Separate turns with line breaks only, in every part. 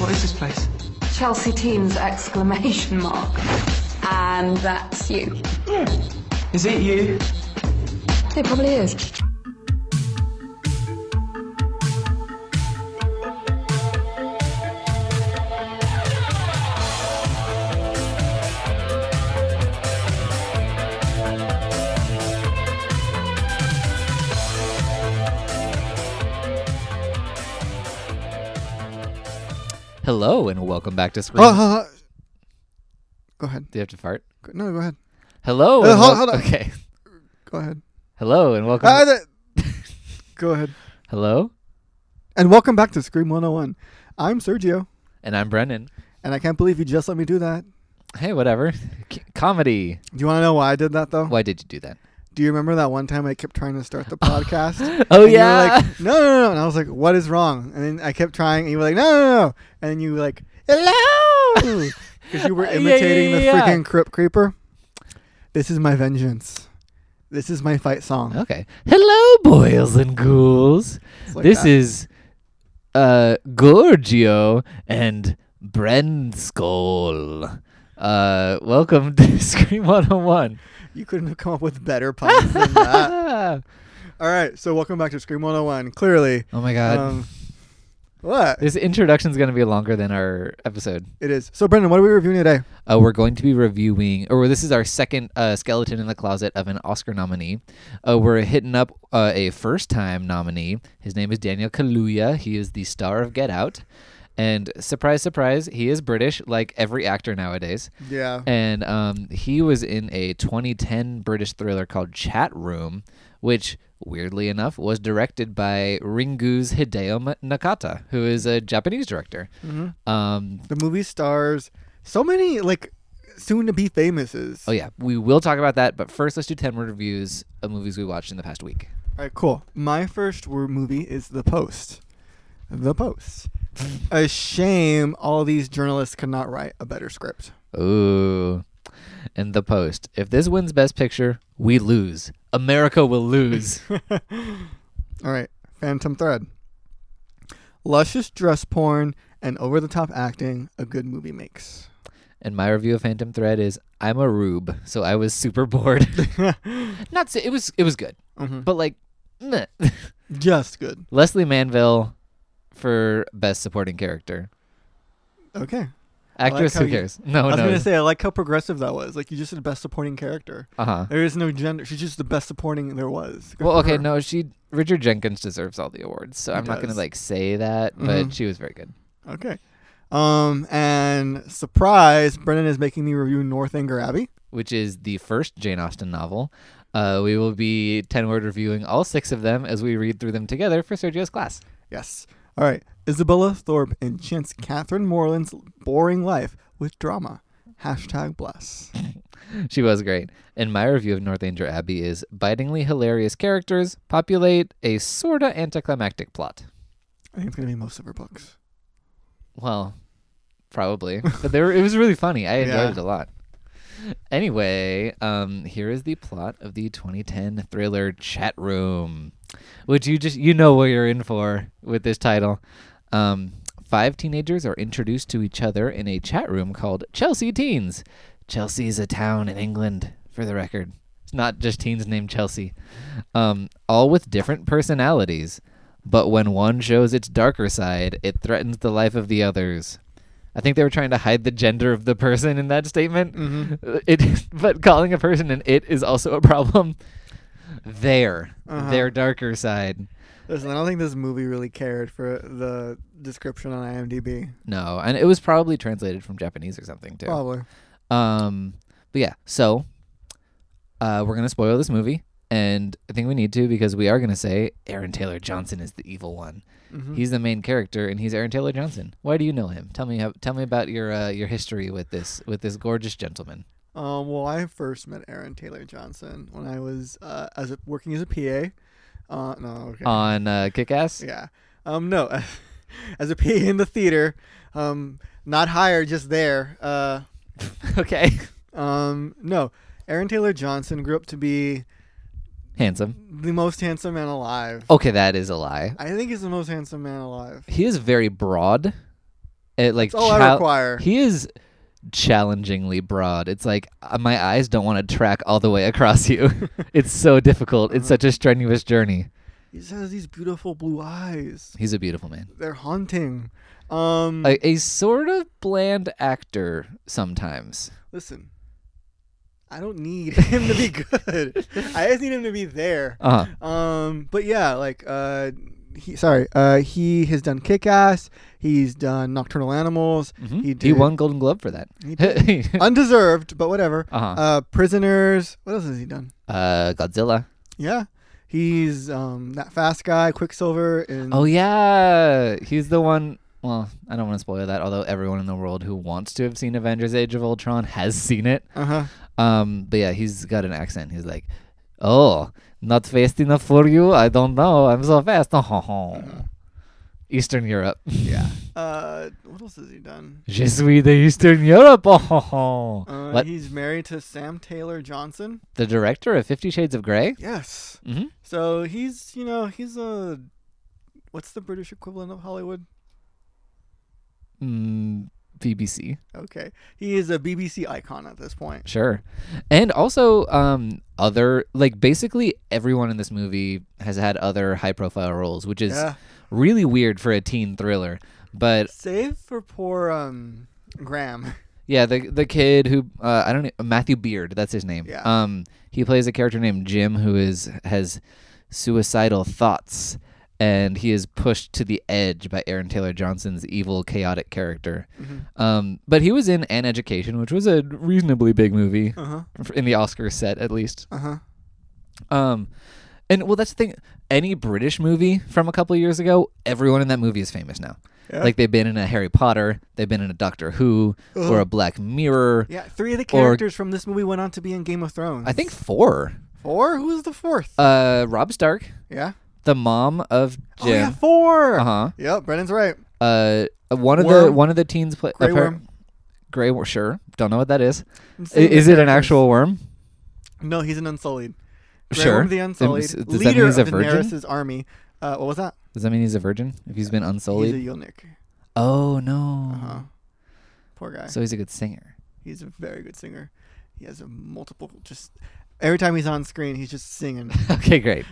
What is this place?
Chelsea Teens exclamation mark. And that's you.
Is it you?
It probably is.
Hello and welcome back to Screen.
Hold on, hold on, hold on. Go ahead.
Do you have to fart?
Go- No, go ahead.
Hello.
Uh,
and
hold-
wel-
hold on.
Okay.
Go ahead.
Hello and welcome.
Ah, that- go ahead.
Hello,
And welcome back to Scream 101. I'm Sergio,
and I'm Brennan.
and I can't believe you just let me do that.
Hey, whatever. C- comedy.
Do you want to know why I did that though?
Why did you do that?
Do you remember that one time I kept trying to start the podcast?
Oh,
And you were
yeah.
like, no, no, no. And I was like, what is wrong? And then I kept trying, and you were like, no, no, no. And then you were like, hello, because you were
Yeah, yeah,
imitating
yeah, yeah.
the freaking Crip Creeper. This is my vengeance. This is my fight song.
Okay. Hello, boils and ghouls.
It's like
this
that.
is uh Gorgio and Brenskoll. Uh welcome to Scream 101.
You couldn't have come up with better puns than that.
Ah,
All right, so welcome back to Scream 101. Clearly,
oh my god.
um, what
this introduction's going to be longer than our episode.
it is. So, Brendan, what are we reviewing today?
Uh, we're going to be reviewing, or this is our second uh, skeleton in the closet of an Oscar nominee. Uh, we're hitting up uh, a first-time nominee. His name is Daniel Kaluuya. He is the star of Get Out, and surprise, surprise, he is British, like every actor nowadays.
Yeah,
And um, he was in a 2010 British thriller called Chat Room, which, weirdly enough, was directed by Ringu's Hideo Ma- Nakata, who is a Japanese director. Um,
the movie stars so many like soon-to-be famouses.
Oh yeah, we will talk about that. But first, let's do ten word reviews of movies we watched in the past week.
All right, cool. My first word movie is The Post. The Post. a shame all these journalists could not write a better script.
Ooh, and the post. If this wins Best Picture, we lose. America will lose.
All right, Phantom Thread. Luscious dress porn and over-the-top acting a good movie makes.
and my review of Phantom Thread is, I'm a rube, so I was super bored. Not so, it was it was good,
Mhm.
but like, meh.
Just good.
Leslie Manville for Best Supporting Character.
Okay. like
Actress,
how
who
you-
cares? no,
I was
Oh, no.
gonna say I like how progressive that was. Like you just said best supporting character.
uh huh.
There is no gender. She's just the best supporting there was. Good
Well,
for
okay,
her.
no, she Richard Jenkins deserves all the awards, so
He
I'm not gonna
does.
like say that, but
Mhm.
she was very good.
Okay. Um, and surprise, Brennan is making me review Northanger Abbey.
which is the first Jane Austen novel. Uh, we will be 10 word reviewing all six of them as we read through them together for Sergio's class.
Yes. All right. Isabella Thorpe enchants Catherine Morland's boring life with drama. Hashtag bless.
She was great. And my review of Northanger Abbey is bitingly hilarious characters populate a sorta anticlimactic plot.
I think it's gonna be most of her books.
Well, probably. But they were, it was really funny. I enjoyed
Yeah.
it a lot. Anyway, um, here is the plot of the 2010 thriller Chat Room, which you just you know what you're in for with this title. Um, five teenagers are introduced to each other in a chat room called Chelsea Teens. Chelsea is a town in England, for the record. It's not just teens named Chelsea. Um, all with different personalities, but when one shows its darker side, it threatens the life of the others. I think they were trying to hide the gender of the person in that statement.
Mm-hmm.
It, but calling a person an it is also a problem. Their,
Uh-huh.
their darker side.
Listen, I don't think this movie really cared for the description on IMDb.
No, and it was probably translated from Japanese or something too.
Probably.
Um, but yeah, so uh, we're gonna spoil this movie, and I think we need to because we are gonna say Aaron Taylor Johnson is the evil one.
Mm-hmm.
He's the main character, and he's Aaron Taylor Johnson. Why do you know him? Tell me, how, tell me about your uh, your history with this with this gorgeous gentleman.
Um, well, I first met Aaron Taylor Johnson when I was uh, as a, working as a PA. Uh, no, okay.
on uh, Kick Ass.
Yeah. Um, no, as a PA in the theater. Um, not hired, just there. Uh,
okay.
um, no, Aaron Taylor Johnson grew up to be
Handsome.
the most handsome man alive.
Oh. Okay, that is a lie.
I think he's the most handsome man alive.
He is very broad it, like
all I
chal-
require.
He is challengingly broad. It's like uh, my eyes don't want to track all the way across you. it's so difficult.
Uh-huh.
It's such a strenuous journey.
He just has these beautiful blue eyes.
He's a beautiful man.
They're haunting. Um,
A, a sort of bland actor sometimes.
listen, I don't need him to be good. I just need him to be there.
Uh-huh.
Um, but yeah, like uh, he sorry, uh, he has done Kick Ass. He's done Nocturnal Animals. He did
Mm-hmm. He won Golden Globe for that.
He undeserved, but whatever.
Uh-huh.
Uh, Prisoners. What else has he done?
uh, Godzilla.
Yeah, he's um that fast guy, Quicksilver. And
Oh yeah, he's the one. Well, I don't want to spoil that. Although everyone in the world who wants to have seen Avengers: Age of Ultron has seen it.
uh huh.
Um, but yeah, he's got an accent. He's like, "Oh, not fast enough for you? I don't know. I'm so fast." Uh-huh. Eastern Europe.
Uh-huh. Yeah. Uh, what else has he done?
Je suis de Eastern Europe. Oh,
Uh,
what?
He's married to Sam Taylor Johnson.
The director of Fifty Shades of Grey.
Yes.
hmm
So he's, you know, he's a. What's the British equivalent of Hollywood?
Mm, BBC.
Okay. He is a BBC icon at this point.
Sure. And also um other like basically everyone in this movie has had other high profile roles, which is
Yeah.
really weird for a teen thriller. But
Save for poor um Graham.
yeah, the the kid who uh, I don't know, Matthew Beard, that's his name.
Yeah.
Um he plays a character named Jim who is has suicidal thoughts and he is pushed to the edge by Aaron Taylor Johnson's evil chaotic character.
Mm-hmm.
Um but he was in An Education, which was a reasonably big movie
Uh huh.
in the Oscar set at least.
Uh huh.
Um, and well, that's the thing. Any British movie from a couple years ago, everyone in that movie is famous now.
Yeah.
Like they've been in a Harry Potter, they've been in a Doctor Who,
Ugh.
or a Black Mirror.
Yeah. Three of the
Or-
characters from this movie went on to be in Game of Thrones.
I think four.
four. Who was the fourth?
Uh, Rob Stark,
yeah.
the mom of
Oh yeah,
Jim.
four.
Uh-huh.
Yep. Brennan's right.
Uh, one of the
Worm.
one of the teens play
Grey
uh, per-
Worm.
Grey worm. Sure, don't know what that is. I-
seeing the
Is it an
characters.
actual worm?
No, he's an Unsullied. Grey
Sure.
Worm the
Um,
Unsullied,
s- does that mean
leader
he's a
of
virgin?
Daenerys' army. Uh, what was that?
Does that mean he's a virgin if he's been
He's
unsullied?
a eunuch.
oh no!
Uh-huh. Poor guy.
So he's a good singer.
He's a very good singer. He has a multiple just every time he's on screen he's just singing
okay, great.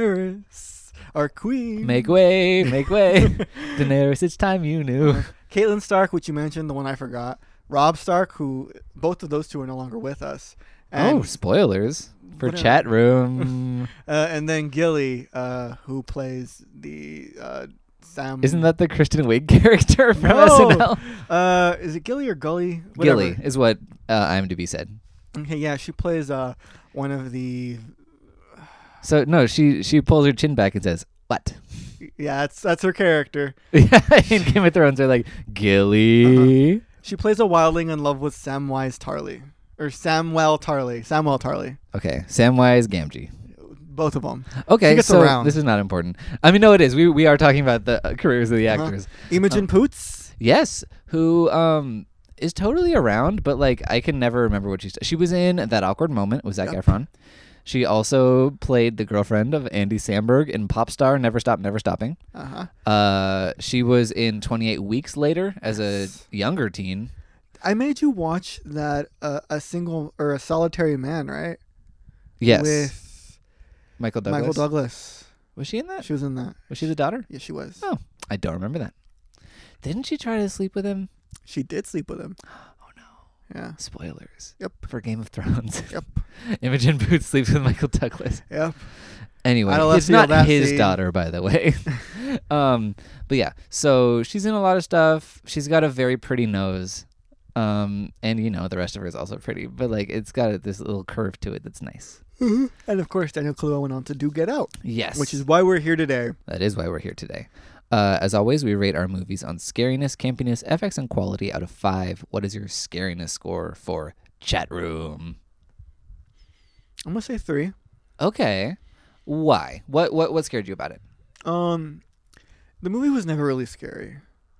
Daenerys, our queen.
Make way, make way. Daenerys, it's time you
Oh,
knew.
Caitlin Stark, which you mentioned, the one I forgot. Rob Stark, who both of those two are no longer with us. And,
oh, spoilers for
Whatever.
chat room.
uh, and then Gilly, uh, who plays the uh, Sam.
Isn't that the Kristen Wiig character from
No!
SNL?
Uh, is it Gilly or Gully? Whatever.
Gilly is what uh, IMDb said.
Okay, yeah, she plays uh, one of the.
So no, she she pulls her chin back and says, "What?"
Yeah, that's that's her character.
In Game of Thrones, they're like Gilly.
She plays a wildling in love with Samwise Tarly. Or Samwell Tarly. Samwell Tarly.
Okay, Samwise Gamgee.
Both of them.
Okay,
gets
so
around.
this is not important. I mean, no, it is. We we are talking about the uh, careers of the
Uh-huh.
actors. Uh,
Imogen Poots.
Yes, who um is totally around, but like I can never remember what she's. She was in that awkward moment with Zac Efron. She also played the girlfriend of Andy Samberg in Pop Star Never Stop Never Stopping.
Uh-huh.
Uh, she was in 28 Weeks Later as a younger teen.
I made you watch that uh, a single or a solitary man, right?
Yes,
With
Michael Douglas.
Michael Douglas.
was she in that?
She was in that.
Was she the daughter?
Yeah, she was.
Oh, I don't remember that. Didn't she try to sleep with him?
She did sleep with him. Oh no. Yeah.
Spoilers
Yep.
for Game of Thrones.
Yep.
Imogen Boots sleeps with Michael Douglas.
Yep.
Anyway,
I'll
it's
see
not
that
his
scene.
daughter, by the way. um, but yeah, so she's in a lot of stuff. She's got a very pretty nose, um, and you know the rest of her is also pretty, but like it's got this little curve to it that's nice.
And of course, Daniel Kaluuya went on to do Get Out,
Yes,
which is why we're here today.
that is why we're here today. Uh, as always, we rate our movies on scariness, campiness, FX, and quality out of five. What is your scariness score for chat room?
I'm gonna say three.
Okay, why? What what what scared you about it?
Um, the movie was never really scary.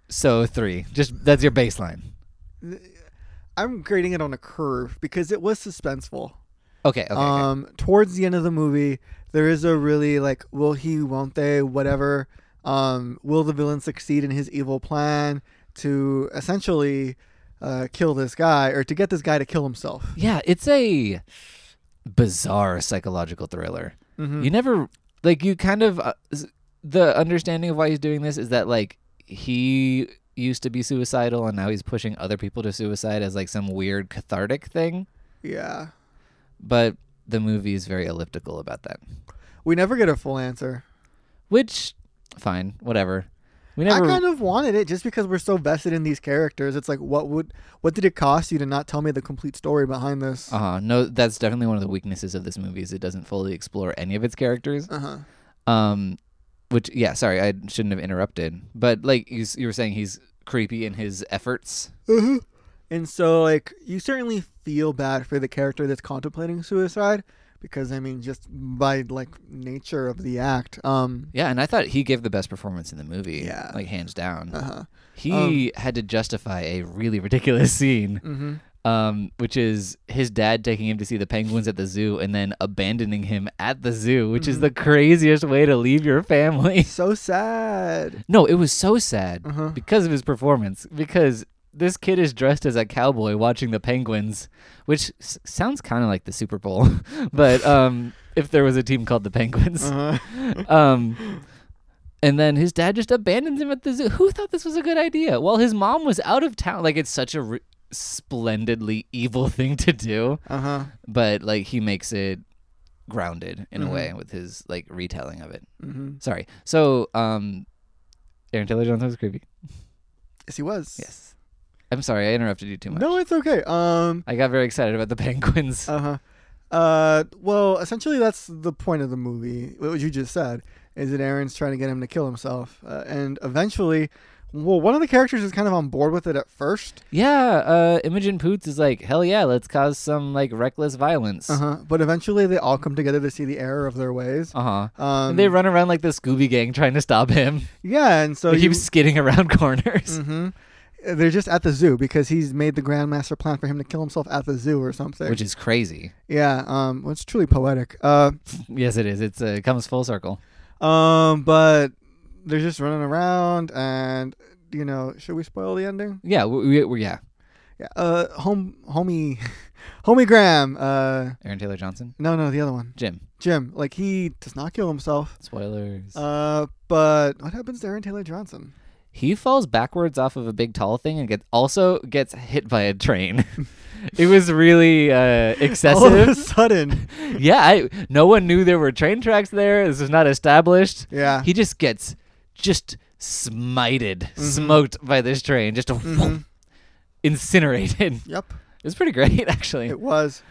So three. Just that's your baseline.
I'm grading it on a curve because it was suspenseful.
Okay. Okay. okay.
um, towards the end of the movie, there is a really like, will he, won't they, whatever. Um, will the villain succeed in his evil plan? to essentially uh, kill this guy or to get this guy to kill himself.
Yeah, it's a bizarre psychological thriller. You never like you kind of uh, s- the understanding of why he's doing this is that like he used to be suicidal and now he's pushing other people to suicide as like some weird cathartic thing,
Yeah.
but the movie is very elliptical about that.
We never get a full answer.
Which fine, whatever. We never
I kind of wanted it just because we're so vested in these characters. It's like what would what did it cost you to not tell me the complete story behind this?
Uh-huh. No, that's definitely one of the weaknesses of this movie is it doesn't fully explore any of its characters.
Uh-huh.
Um, which yeah, sorry, I shouldn't have interrupted. But like you, s- you were saying, he's creepy in his efforts.
And so like you certainly feel bad for the character that's contemplating suicide because I mean just by like nature of the act. Um
Yeah, and I thought he gave the best performance in the movie.
Yeah.
like hands down.
uh-huh.
He had to justify a really ridiculous scene,
Mm-hmm.
um, which is his dad taking him to see the penguins at the zoo and then abandoning him at the zoo, which
Mm-hmm.
is the craziest way to leave your family.
So sad.
No, it was so sad because of his performance. Because this kid is dressed as a cowboy watching the Penguins, which s- sounds kind of like the Super Bowl, but um, if there was a team called the Penguins, um, and then his dad just abandons him at the zoo. Who thought this was a good idea? Well, his mom was out of town. Like it's such a ri splendidly evil thing to do,
Uh-huh.
but like he makes it grounded in a way with his like retelling of it.
hmm
Sorry. So, um, Aaron Taylor Johnson was creepy.
Yes, he was.
Yes. I'm sorry, I interrupted you too much.
No, it's okay. Um
I got very excited about the penguins.
Uh-huh. Uh well, essentially that's the point of the movie. What you just said is that Aaron's trying to get him to kill himself, uh, and eventually, well, one of the characters is kind of on board with it at first,
yeah, uh, Imogen Poots is like, hell yeah, let's cause some like reckless violence. Uh
uh-huh. but eventually they all come together to see the error of their ways.
huh.
Um,
Uh-huh. And Uh, they run around like the Scooby Gang trying to stop him.
yeah, and so
They
you,
keep skidding around corners.
Mhm. they're just at the zoo because he's made the grandmaster plan for him to kill himself at the zoo or something.
Which is crazy.
yeah, um, well, it's truly poetic. Uh,
Yes, it is. It's uh, it comes full circle.
um, but they're just running around, and you know, should we spoil the ending?
Yeah, we, we, yeah.
Yeah, uh, home, homie, homie Graham. Uh,
Aaron Taylor Johnson,
no, no, the other one,
Jim.
Jim. Like he does not kill himself.
Spoilers.
Uh, but what happens to Aaron Taylor Johnson?
he falls backwards off of a big tall thing and gets also gets hit by a train. it was really uh,
All of a
excessive.
sudden,
yeah, I, no one knew there were train tracks there. This was not established.
yeah, Mm-hmm.
He just gets just smited, smoked by this train, just incinerated.
yep,
It's pretty great actually.
it was.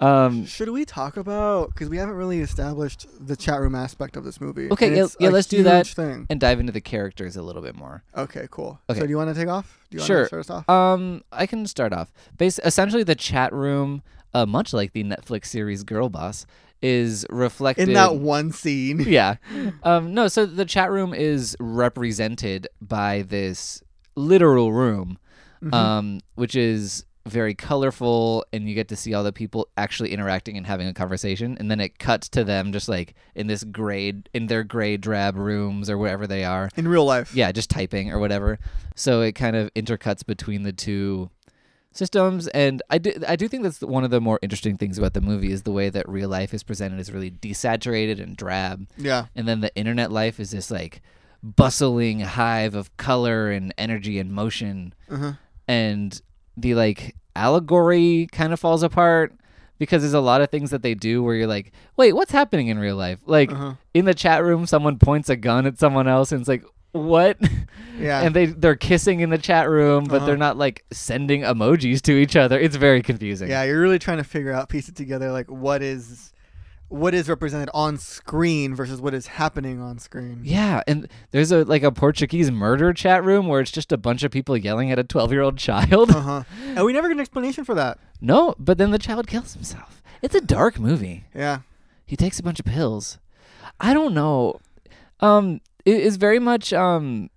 Um,
Should we talk about because we haven't really established the chat room aspect of this movie?
Okay,
and
yeah-
it's
yeah,
a
let's do that.
huge Thing.
and dive into the characters a little bit more.
Okay, cool.
Okay.
So do you want to take off? Do you
Sure.
want to start us off?
Um, I can start off. Bas- essentially, the chat room, uh, much like the Netflix series Girl Boss, is reflected
In that one scene.
yeah. Um, no, so the chat room is represented by this literal room,
Mm-hmm.
um, which is very colorful, and you get to see all the people actually interacting and having a conversation. And then it cuts to them just like in this grade, in their gray drab rooms or wherever they are.
In real life.
Yeah, just typing or whatever. So it kind of intercuts between the two systems and I do, I do think that's one of the more interesting things about the movie is the way that real life is presented is really desaturated and drab
Yeah.
and then the internet life is this like bustling hive of color and energy and motion
Uh-huh.
and the like allegory kind of falls apart because there's a lot of things that they do where you're like wait what's happening in real life like
Uh-huh.
in the chat room someone points a gun at someone else and it's like what
Yeah.
and they they're kissing in the chat room but they're not like sending emojis to each other it's very confusing
Yeah, you're really trying to figure out, piece it together, like what is, what is represented on screen versus what is happening on screen.
Yeah, and there's a like a Portuguese murder chat room where it's just a bunch of people yelling at a 12-year-old child.
Uh huh. And we never get an explanation for that.
No, but then the child kills himself. It's a dark movie.
Yeah.
He takes a bunch of pills. I don't know. Um it is very much um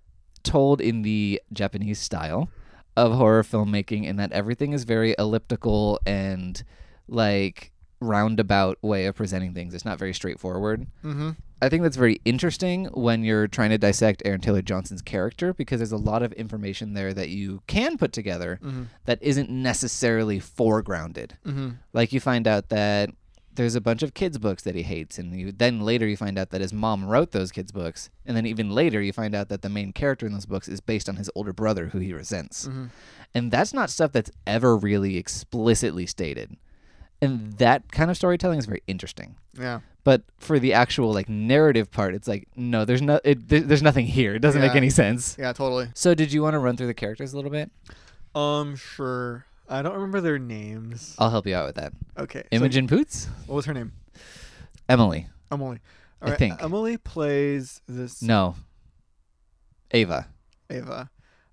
told in the Japanese style of horror filmmaking in that everything is very elliptical and like roundabout way of presenting things. It's not very straightforward.
Mm-hmm.
I think that's very interesting when you're trying to dissect Aaron Taylor Johnson's character because there's a lot of information there that you can put together that isn't necessarily foregrounded. Like you find out that there's a bunch of kids books that he hates and you then later you find out that his mom wrote those kids books and then even later you find out that the main character in those books is based on his older brother who he resents. And that's not stuff that's ever really explicitly stated. And that kind of storytelling is very interesting
Yeah.
but for the actual like narrative part it's like no there's no it, there, there's nothing here it doesn't make
Yeah.
any sense
Yeah, totally.
so did you want to run through the characters a little bit
Um, sure. I don't remember their names.
i'll help you out with that
Okay. so-
imogen poots
what was her name?
emily
Emily.
I think.
Emily plays this
no ava
Ava.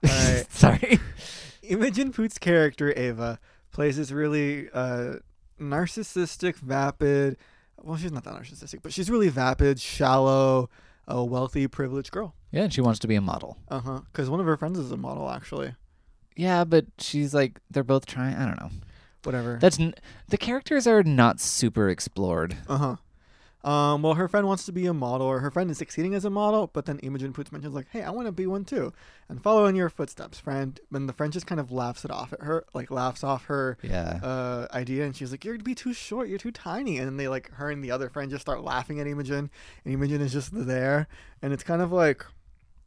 All right.
sorry
Imogen Poot's character Ava plays this really uh, narcissistic, vapid. Well, she's not that narcissistic, but she's really vapid, shallow, a wealthy, privileged girl.
yeah and she wants to be a model
Uh huh. Because one of her friends is a model, actually.
yeah but she's like they're both trying i don't know
Whatever.
that's n- the characters are not super explored
Uh huh. Um, well, her friend wants to be a model, or her friend is succeeding as a model, but then Imogen Poots mentions, like, hey, I want to be one too, and follow in your footsteps, friend. And the friend just kind of laughs it off at her, like, laughs off her
yeah
uh, idea, and she's like, "You're gonna be too short. You're too tiny." And then they like her and the other friend just start laughing at Imogen, and Imogen is just there, and it's kind of like,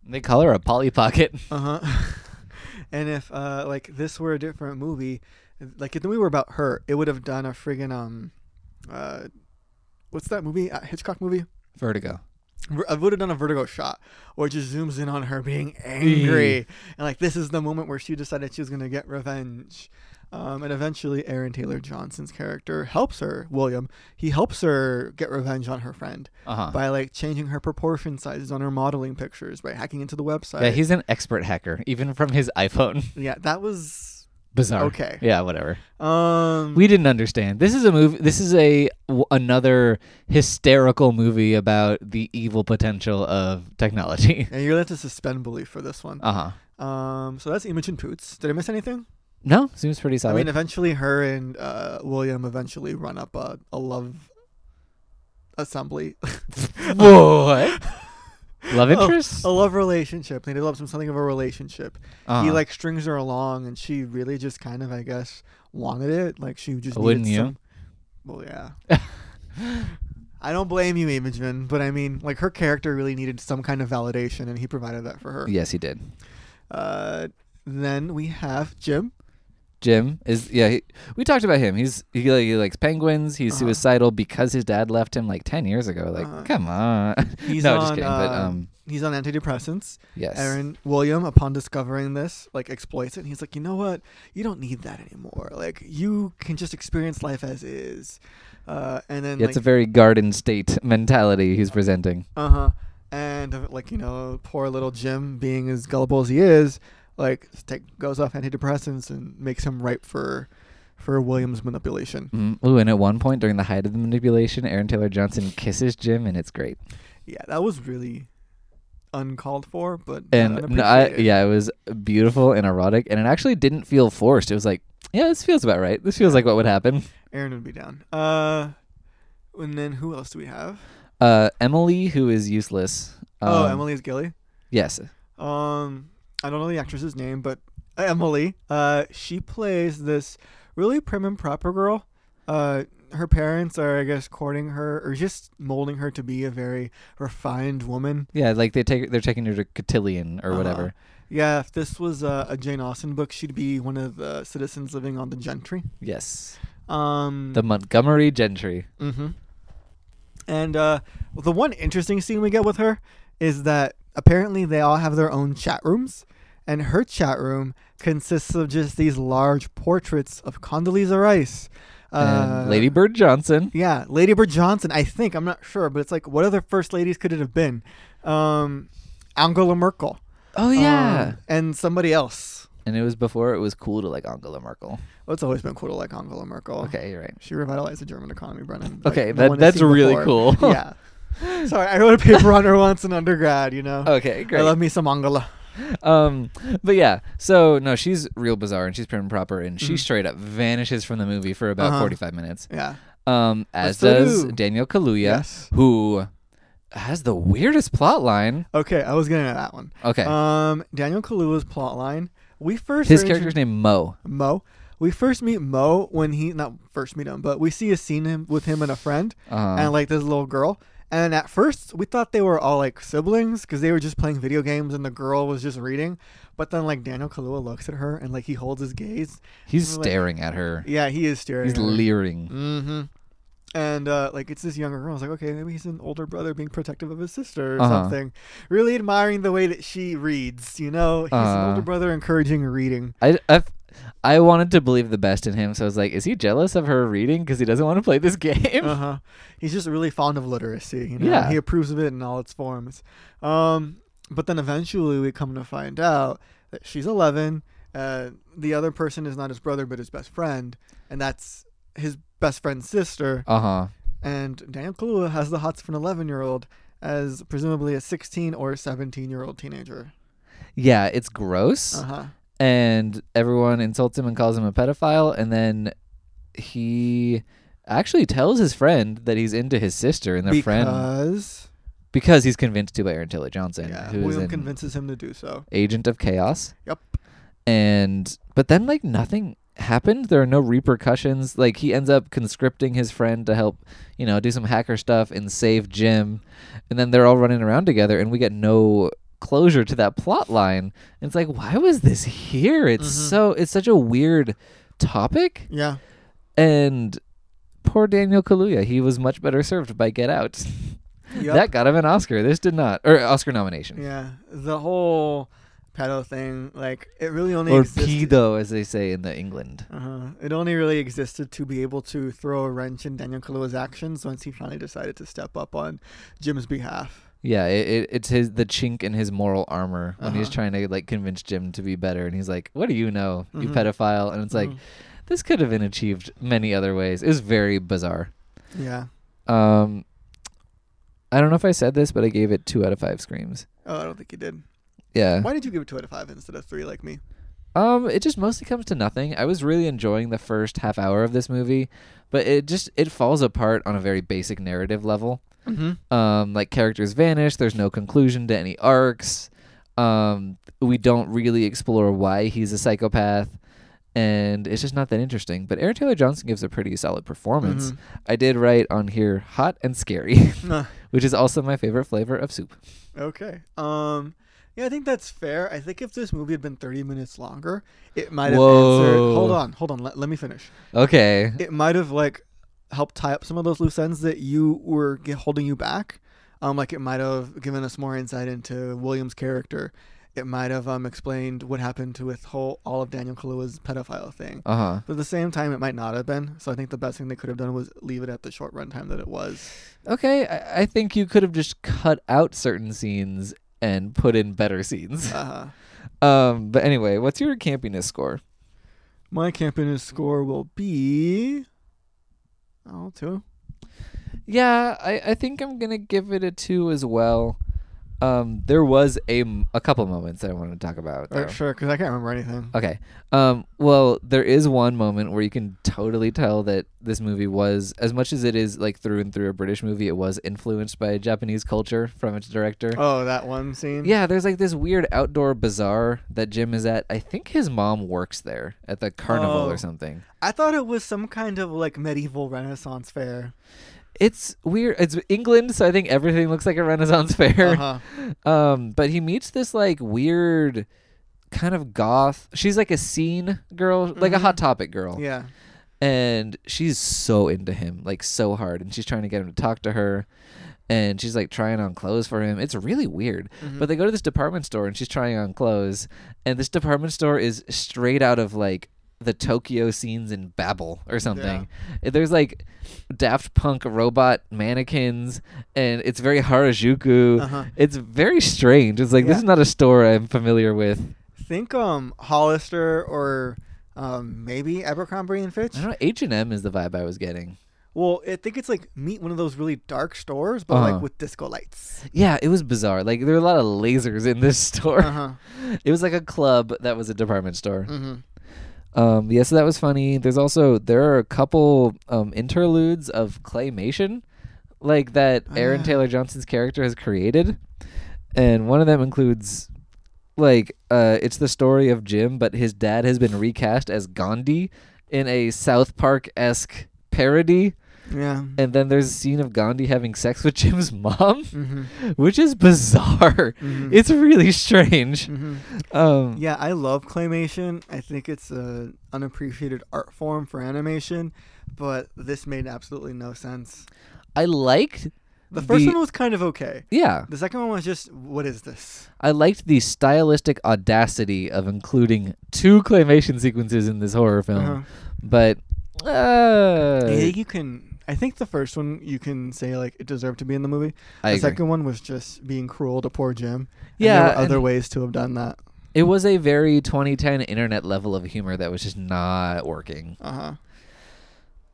they call her a polly pocket
uh huh. and if uh, like this were a different movie, like if the movie were about her, it would have done a friggin' um, uh, what's that movie? Uh, Hitchcock movie.
vertigo
I would have done a vertigo shot, or it just zooms in on her being angry, and like this is the moment where she decided she was gonna get revenge. Um, and eventually, Aaron Taylor Johnson's character helps her. William, he helps her get revenge on her friend
uh-huh
by like changing her proportion sizes on her modeling pictures by hacking into the website.
yeah he's an expert hacker even from his iphone
Yeah, that was
bizarre
Okay.
yeah whatever
um.
we didn't understand. This is a movie. This is a w- another hysterical movie about the evil potential of technology.
and you're left to suspend belief for this one.
Uh huh.
Um. So that's Imogen Poots. Did I miss anything?
No, seems pretty
I
solid.
mean, eventually, her and uh, William eventually run up a, a love assembly,
what? Love
Oh,
interest?
a love relationship. They develop some something of a relationship. He
Uh-huh.
like strings her along, and she really just kind of, I guess, wanted it. Like she just
Wouldn't
needed
you?
Some, well, yeah. I don't blame you, Imogen, but I mean, like her character really needed some kind of validation, and he provided that for her.
yes, he did.
Uh, then we have Jim.
Jim is yeah. He, we talked about him. He's he, like, he likes penguins. He's
Uh-huh.
suicidal because his dad left him like ten years ago. Like,
Uh,
come on.
He's
no,
on,
just kidding. but
uh,
um,
he's on antidepressants.
yes.
Aaron William, upon discovering this, like exploits it. And he's like, you know what? You don't need that anymore. Like you can just experience life as is. Uh, and then
Yeah,
like,
it's a very garden state mentality he's presenting.
uh huh. And uh, like you know, poor little Jim, being as gullible as he is, like take, goes off antidepressants and makes him ripe for for William's manipulation.
Mm. Ooh, and at one point during the height of the manipulation, Aaron Taylor Johnson kisses Jim, and it's great.
Yeah, that was really uncalled for, but
And no, I,
unappreciated.
yeah, it was beautiful and erotic, and it actually didn't feel forced. It was like, yeah, this feels about right. This feels like what would happen.
Aaron would be down. Uh, and then who else do we have?
Uh, Emily, who is useless.
oh,
um,
Emily's Gilly.
Yes.
Um, I don't know the actress's name, but Emily. Uh, she plays this really prim and proper girl. Uh, her parents are, I guess, courting her or just molding her to be a very refined woman.
Yeah, like they take they're taking her to Cotillion or
Uh-huh.
whatever.
Yeah, if this was a, a Jane Austen book, she'd be one of the citizens living on the gentry.
Yes.
Um,
The Montgomery gentry.
Mm-hmm. And uh, the one interesting scene we get with her is that apparently they all have their own chat rooms, and her chat room consists of just these large portraits of Condoleezza Rice, uh,
and Lady Bird Johnson.
Yeah, Lady Bird Johnson. I think I'm not sure, but it's like what other first ladies could it have been? Um, Angela Merkel.
Oh yeah.
um, and somebody else.
and it was before it was cool to like Angela Merkel.
Well, it's always been cool to like Angela Merkel.
Okay, you're right.
She revitalized the German economy, Brennan.
Okay,
no
that-
one has
that's
seen
really
before.
cool.
yeah. Sorry, I wrote a paper on her once in undergrad, you know.
Okay, great.
I love me some Angela.
um but yeah so no she's real bizarre and she's prim and proper and she straight up vanishes from the movie for about
Mm-hmm. Uh-huh.
45 minutes
Yeah.
um as
so
does
do.
daniel kaluuya
Yes.
who has the weirdest plot line.
Okay, I was getting to that one.
Okay.
Um, Daniel Kaluuya's plotline. We first
His
are
character's
intro-
name Mo.
Mo. We first meet Mo when he not first meet him, but we see a scene him with him and a friend,
Uh-huh.
and like this little girl. And at first, we thought they were all like siblings because they were just playing video games and the girl was just reading. But then, like Daniel Kaluuya looks at her and like he holds his gaze.
He's
Like-
staring at her.
Yeah, he is staring.
He's
at her.
leering.
Mm-hmm. And uh, like it's this younger girl. I was like, okay, maybe he's an older brother being protective of his sister or
Uh-huh.
something. Really admiring the way that she reads. You know, he's an
Uh-huh.
older brother encouraging reading.
I, I, I wanted to believe the best in him, so I was like, is he jealous of her reading because he doesn't want to play this game?
Uh huh. He's just really fond of literacy. You know?
Yeah.
He approves of it in all its forms. Um, but then eventually we come to find out that she's 11. Uh, the other person is not his brother, but his best friend, and that's his best friend's sister.
Uh huh.
and Daniel Kaluuya has the hots for an 11 year old as presumably a 16 or 17 year old teenager.
Yeah, it's gross.
Uh huh.
and everyone insults him and calls him a pedophile and then he actually tells his friend that he's into his sister and their friend
Because
because he's convinced to by Aaron Taylor Johnson
yeah,
who is
William
an
convinces him to do so.
agent of chaos
Yep.
and but then like nothing happened there are no repercussions like he ends up conscripting his friend to help you know do some hacker stuff and save Jim and then they're all running around together and we get no closure to that plot line And it's like why was this here it's
Mhm.
so it's such a weird topic
Yeah.
and poor Daniel Kaluuya he was much better served by Get Out
Yep.
that got him an Oscar this did not or Oscar nomination
yeah. The whole pedo thing, like, it really only
or
existed.
pedo as they say in the England
Uh-huh. It only really existed to be able to throw a wrench in Daniel Kaluuya's actions once he finally decided to step up on Jim's behalf.
Yeah, it, it, it's his the chink in his moral armor when he's
Uh-huh.
trying to like convince Jim to be better, and he's like, "What do you know, you
Mhm.
pedophile?" And it's like,
Mhm.
this could have been achieved many other ways. It was very bizarre.
Yeah.
Um, I don't know if I said this, but I gave it two out of five screams.
Oh, I don't think he did.
Yeah.
Why did you give it two out of five instead of three, like me?
Um, it just mostly comes to nothing. I was really enjoying the first half hour of this movie, but it just it falls apart on a very basic narrative level.
Mm-hmm.
um like characters vanish there's no conclusion to any arcs um we don't really explore why he's a psychopath and it's just not that interesting but aaron taylor johnson gives a pretty solid performance
Mhm.
i did write on here hot and scary
Uh.
which is also my favorite flavor of soup
Okay. Um yeah, I think that's fair. I think if this movie had been 30 minutes longer, it might have answered.
Whoa.
Hold on, hold on. Let, let me finish.
okay
It might have like helped tie up some of those loose ends that you were ge- holding you back. Um, like it might have given us more insight into William's character. It might have um explained what happened to with whole all of Daniel Kaluuya's pedophile thing.
uh-huh
But at the same time, it might not have been. So I think the best thing they could have done was leave it at the short runtime that it was.
okay I-, I think you could have just cut out certain scenes and put in better scenes
Uh,
um but anyway what's your campiness score
my campiness score will be. Oh, two.
Yeah, I, I think I'm gonna give it a two as well. Um, there was a m- a couple moments that I wanted to talk about.
Or,
though.
sure, because I can't remember anything.
Okay. Um, well, there is one moment where you can totally tell that this movie was, as much as it is like through and through a British movie, it was influenced by Japanese culture from its director.
Oh, that one scene.
Yeah, there's like this weird outdoor bazaar that Jim is at. I think his mom works there at the carnival
Oh.
or something.
I thought it was some kind of like medieval Renaissance fair.
It's weird. It's England, so I think everything looks like a Renaissance fair.
Uh-huh.
Um, but he meets this like weird kind of goth. She's like a scene girl, like a hot topic girl.
Yeah.
And she's so into him, like so hard, and she's trying to get him to talk to her. And she's like trying on clothes for him. It's really weird.
Mm-hmm.
But they go to this department store and she's trying on clothes. And this department store is straight out of like the Tokyo scenes in Babel or something. There's like Daft Punk robot mannequins and it's very Harajuku.
Uh-huh.
It's very strange. It's like this
Yeah.
is not a store I'm familiar with.
Think um Hollister or um maybe Abercrombie and Fitch.
I don't know. H and M is the vibe I was getting.
Well, I think it's like meet one of those really dark stores, but
Uh-huh.
like with disco lights.
Yeah, it was bizarre. Like there were a lot of lasers in this store.
Uh huh.
It was like a club that was a department store.
hmm
Um, yeah, so that was funny. There's also there are a couple um, interludes of claymation, like that Aaron Taylor Johnson's character has created, and one of them includes like uh, it's the story of Jim, but his dad has been recast as Gandhi in a South Park esque parody,
Yeah.
and then there's a scene of Gandhi having sex with Jim's mom,
Mm-hmm.
which is bizarre.
Mhm.
It's really strange.
hmm
Um,
Yeah, I love claymation. I think it's an unappreciated art form for animation, but this made absolutely no sense.
I liked
The first
The-
one was kind of okay.
yeah.
The second one was just, what is this?
I liked the stylistic audacity of including two claymation sequences in this horror film,
Uh-huh.
but uh,
I think you can. I think the first one you can say like it deserved to be in the movie.
I
the
agree.
second one was just being cruel to poor Jim. and
Yeah,
there were other
and-
ways to have done that.
it was a very 2010 internet level of humor that was just not working.
Uh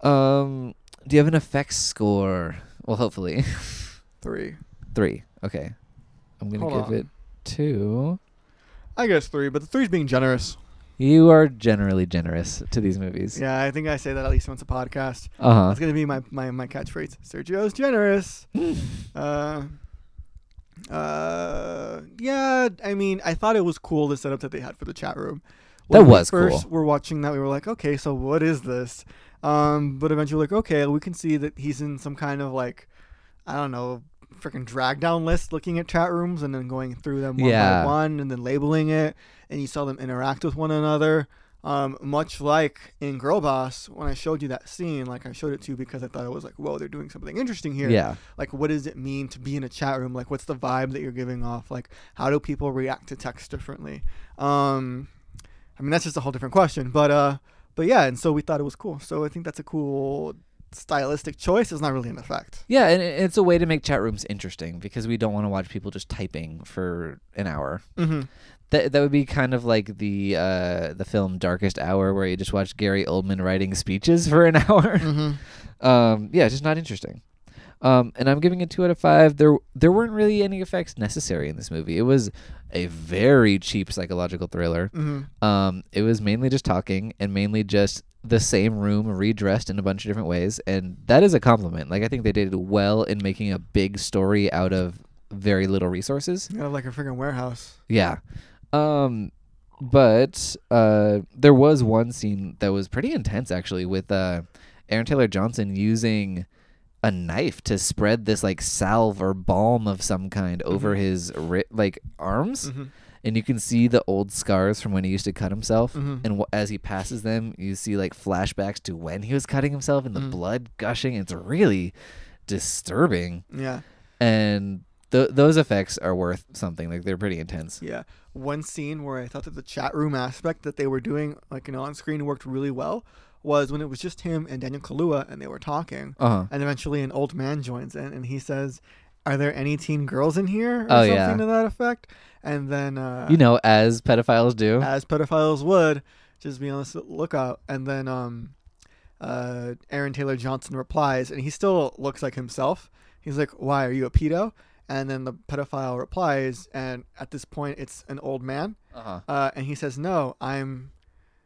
huh.
Um, do you have an effects score? Well, hopefully
Three.
three. Okay, I'm gonna
Hold
give
on.
it two.
I guess three, but the three's being generous.
You are generally generous to these movies.
Yeah, I think I say that at least once a podcast.
Uh
That's gonna be my my, my catchphrase. Sergio's generous.
huh.
Uh, uh, yeah. I mean, I thought it was cool the setup that they had for the chat room.
That
When we
was
first We're watching that. We were like, okay, so what is this? Um, but eventually, like, okay, we can see that he's in some kind of like, I don't know, freaking drag down list, looking at chat rooms and then going through them one
Yeah.
by one and then labeling it, and you saw them interact with one another. Um, much like in Girl Boss, when I showed you that scene, like I showed it to you because I thought it was like, whoa, they're doing something interesting here
Yeah.
like what does it mean to be in a chat room like what's the vibe that you're giving off like how do people react to text differently um i mean that's just a whole different question but uh but yeah and so we thought it was cool so i think that's a cool stylistic choice it's not really an effect
Yeah, and it- it's a way to make chat rooms interesting because we don't want to watch people just typing for an hour.
mm-hmm.
That that would be kind of like the uh, the film Darkest Hour, where you just watch Gary Oldman writing speeches for an hour.
Mm-hmm.
um, yeah, just not interesting. Um, and I'm giving it two out of five. There there weren't really any effects necessary in this movie. It was a very cheap psychological thriller.
Mm-hmm.
Um, it was mainly just talking and mainly just the same room redressed in a bunch of different ways, and that is a compliment. Like I think they did well in making a big story out of very little resources.
Kind of like a freaking warehouse
Yeah. Um, but uh, there was one scene that was pretty intense actually with uh, Aaron Taylor Johnson using a knife to spread this like salve or balm of some kind over his ri- like arms
Mhm.
and you can see the old scars from when he used to cut himself
Mhm.
and w- as he passes them you see like flashbacks to when he was cutting himself and the blood gushing it's really disturbing
yeah
and th- those effects are worth something like they're pretty intense
Yeah. One scene where I thought that the chat room aspect that they were doing, like an on screen, worked really well was when it was just him and Daniel Kalua and they were talking.
Uh-huh.
And eventually an old man joins in and he says, Are there any teen girls in here? Or
Oh,
something
yeah.
to that effect. And then, uh,
you know as pedophiles do
as pedophiles would, just be on the lookout. And then um, uh, Aaron Taylor Johnson replies, and he still looks like himself. He's like, "Why are you a pedo?" And then the pedophile replies, and at this point, it's an old man,
uh-huh.
uh, and he says, "No, I'm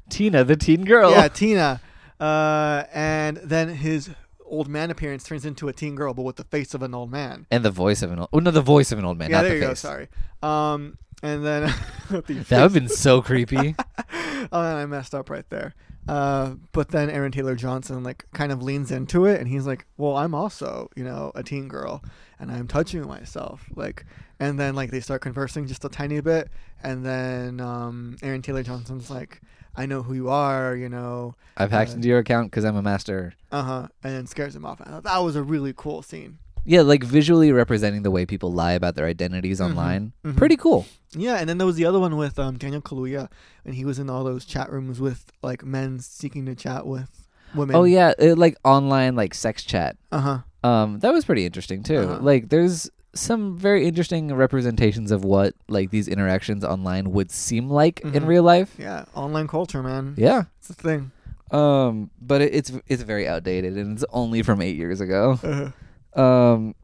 tina the teen girl
yeah Tina." Uh, and then his old man appearance turns into a teen girl, but with the face of an old man.
and the voice of an old oh no the voice of an old man
Yeah,
not
there
the
you go.
face
Sorry. Um, and then with the
that would have been so creepy
oh, and I messed up right there. Uh, but then Aaron Taylor Johnson like kind of leans into it, and he's like, "Well, I'm also, you know, a teen girl, and I'm touching myself." Like, and then like they start conversing just a tiny bit, and then um, Aaron Taylor Johnson's like, "I know who you are," you know,
i've hacked into your account because i'm a master
uh huh, and then scares him off. I thought that was a really cool scene.
Yeah, like visually representing the way people lie about their identities
Mm-hmm,
online. Pretty cool.
Yeah, and then there was the other one with um, Daniel Kaluuya, and he was in all those chat rooms with like men seeking to chat with women.
Oh yeah, it, like online like sex chat.
uh huh.
Um that was pretty interesting too.
Uh-huh.
Like there's some very interesting representations of what like these interactions online would seem like in
Mhm.
real life.
Yeah, online culture, man.
Yeah.
It's a thing.
Um but it, it's it's very outdated and it's only from 8 years ago.
Uh,
Um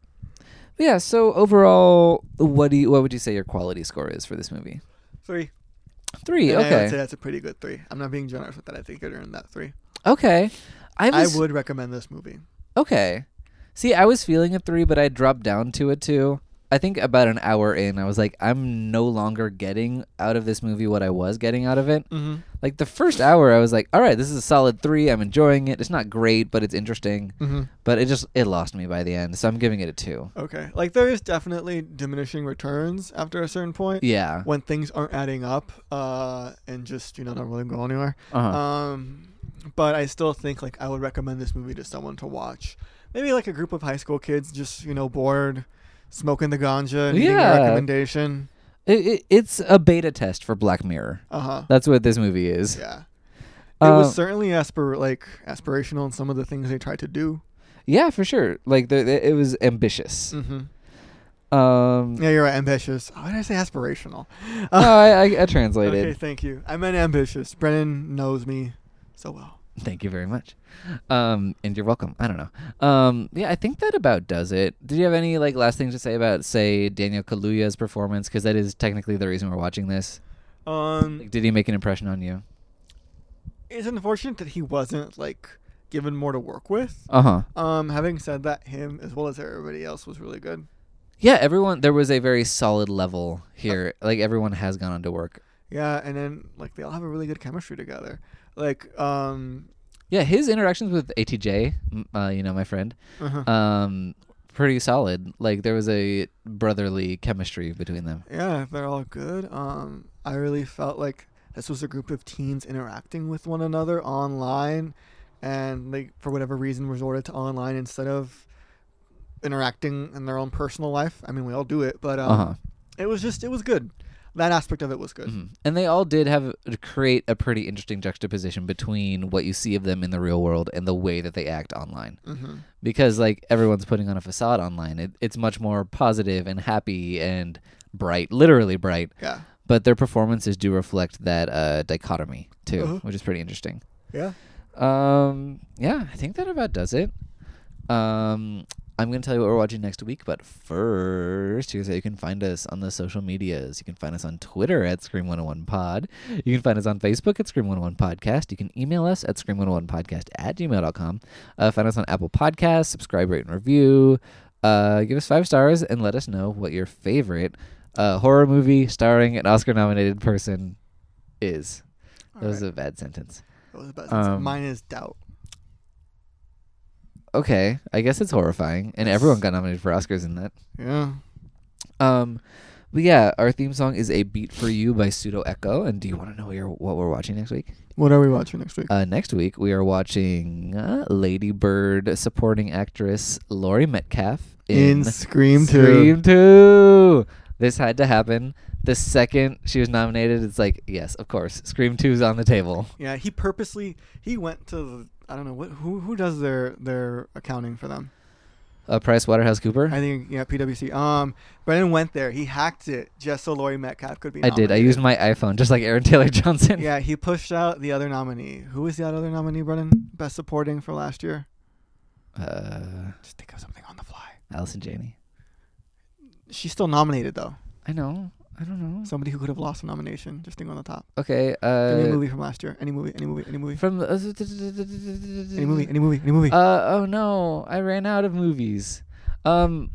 yeah, so overall what do you, what would you say your quality score is for this movie?
three.
3.
And I would say
okay.
that's a pretty good three. I'm not being generous with that. I think it earned that three.
Okay. I,
I
was,
would recommend this movie.
Okay. See, I was feeling a three, but I dropped down to a two. I think about an hour in, I was like, I'm no longer getting out of this movie what I was getting out of it.
Mm-hmm.
Like the first hour, I was like, all right, this is a solid three. I'm enjoying it. It's not great, but it's interesting.
Mm-hmm.
But it just it lost me by the end, so I'm giving it a two.
Okay. Like there is definitely diminishing returns after a certain point
Yeah.
when things aren't adding up uh, and just you know not really go anywhere.
Uh-huh.
Um, but I still think like I would recommend this movie to someone to watch. Maybe like a group of high school kids, just you know bored, smoking the ganja, needing
Yeah.
a recommendation.
It, it, it's a beta test for Black Mirror.
Uh huh.
That's what this movie is.
Yeah. It
Uh,
was certainly aspir like aspirational in some of the things they tried to do.
Yeah, for sure. Like the, the- it was ambitious.
Mm-hmm.
Um,
Yeah, you're right. Ambitious. Why did I say aspirational? Uh,
no, I, I, I
Okay,
translated.
thank you. I meant ambitious. Brennan knows me so well.
Thank you very much. Um, and you're welcome. I don't know. Um, yeah, I think that about does it. Did you have any like last things to say about say Daniel Kaluuya's performance? Because that is technically the reason we're watching this.
Um,
Like, did he make an impression on you?
it's unfortunate that he wasn't like given more to work with.
Uh huh.
Um, having said that, him as well as everybody else was really good.
Yeah, everyone. There was a very solid level here. Like everyone has gone on to work.
Yeah, and then like they all have a really good chemistry together. Like, um,
Yeah, his interactions with ATJ, m- uh, you know, my friend,
uh-huh.
um, pretty solid. Like there was a brotherly chemistry between them.
yeah, they're all good. Um, I really felt like this was a group of teens interacting with one another online, and they for whatever reason resorted to online instead of interacting in their own personal life. I mean, we all do it, but um,
Uh huh.
it was just it was good. That aspect of it was good.
Mhm. And they all did have uh, create a pretty interesting juxtaposition between what you see of them in the real world and the way that they act online.
Mm-hmm.
Because like everyone's putting on a facade online, it, it's much more positive and happy and bright, literally bright.
Yeah.
But their performances do reflect that uh, dichotomy too,
Uh-huh.
which is pretty interesting.
Yeah.
Um, yeah, I think that about does it. Um, I'm going to tell you what we're watching next week, but first, here's how you can find us on the social medias. You can find us on Twitter at Scream101pod. You can find us on Facebook at Scream101podcast. You can email us at Scream101podcast at gmail.com. Uh, find us on Apple Podcasts, subscribe, rate, and review. Uh, give us five stars and let us know what your favorite uh, horror movie starring an Oscar nominated person is. that was a bad sentence.
That was about
Um,
Mine is doubt.
okay, I guess it's horrifying, and everyone got nominated for Oscars in that.
Yeah.
Um, but yeah, our theme song is "A Beat for You" by Pseudo Echo. And do you want to know what, you're, what we're watching next week?
What are we watching next week?
Uh, next week we are watching uh, Lady Bird supporting actress Laurie Metcalf
in,
in,
Scream Two.
Scream Two. This had to happen. The second she was nominated, it's like yes, of course, Scream Two is on the table.
Yeah, he purposely he went to the I don't know what who who does their their accounting for them.
Uh, Price Waterhouse Cooper.
I think yeah PwC. Um, Brennan went there. He hacked it just so Lori Metcalf could be.
I did. I used my iPhone, just like Aaron Taylor Johnson.
Yeah, he pushed out the other nominee. Who was the other nominee, Brennan? Best supporting for last year.
Uh,
Just think of something on the fly.
Allison Janney.
She's still nominated though.
I know. I don't know.
Somebody who could have lost a nomination. Just think on the top.
Okay.
Give me a
Uh,
movie from last year. Any movie. Any movie. Any movie.
from the,
Any movie. Any movie. Any movie.
Uh oh no! I ran out of movies. Um,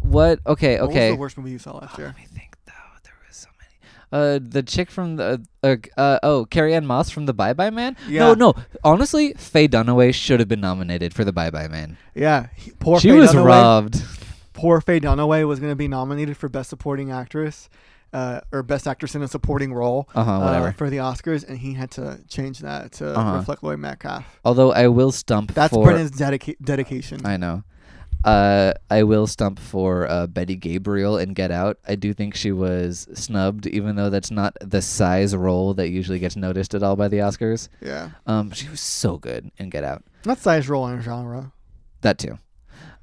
what? Okay,
What was
okay.
the worst movie you saw last year?
Let me think though. There was so many. Uh, the chick from the uh, uh oh Carrie Ann Moss from the Bye Bye Man.
Yeah.
No, no. Honestly, Faye Dunaway should have been nominated for the Bye Bye Man.
Yeah, he- poor
she
Faye
was
Dunaway.
robbed.
Poor Faye Dunaway was going to be nominated for Best Supporting Actress, uh, or Best Actress in a Supporting Role, uh,
Uh-huh, whatever.
for the Oscars, and he had to change that to
Uh-huh.
reflect Lloyd Metcalf.
Although I will stump
That's
for.
Brennan's dedica- dedication.
I know. Uh, I will stump for uh, Betty Gabriel in Get Out. I do think she was snubbed, even though that's not the size role that usually gets noticed at all by the Oscars.
yeah,
Um, she was so good in Get Out.
not size, role, and genre.
That too.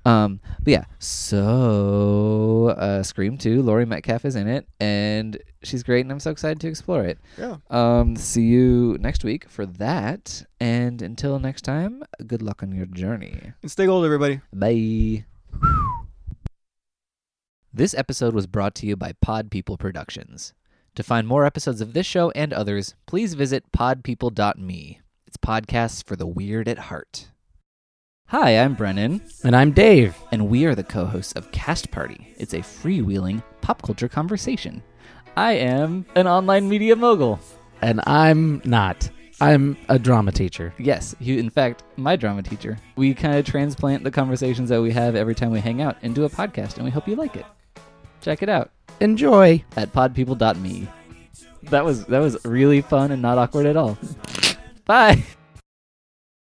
Um, but yeah, so uh, Scream 2, Laurie Metcalf is in it, and she's great, and I'm so excited to explore it.
Yeah.
Um, see you next week for that, and until next time, good luck on your journey.
And stay gold, everybody.
Bye. This episode was brought to you by Pod People Productions. To find more episodes of this show and others, please visit podpeople.me. It's podcasts for the weird at heart. Hi, I'm Brennan,
And I'm Dave.
and we are the co hosts of Cast Party. It's a freewheeling pop culture conversation. I am an online media mogul.
And I'm not. I'm a drama teacher.
Yes, you, in fact, my drama teacher. We kind of transplant the conversations that we have every time we hang out into a podcast, and we hope you like it. Check it out
Enjoy.
at podpeople.me. That was that was really fun and not awkward at all. Bye.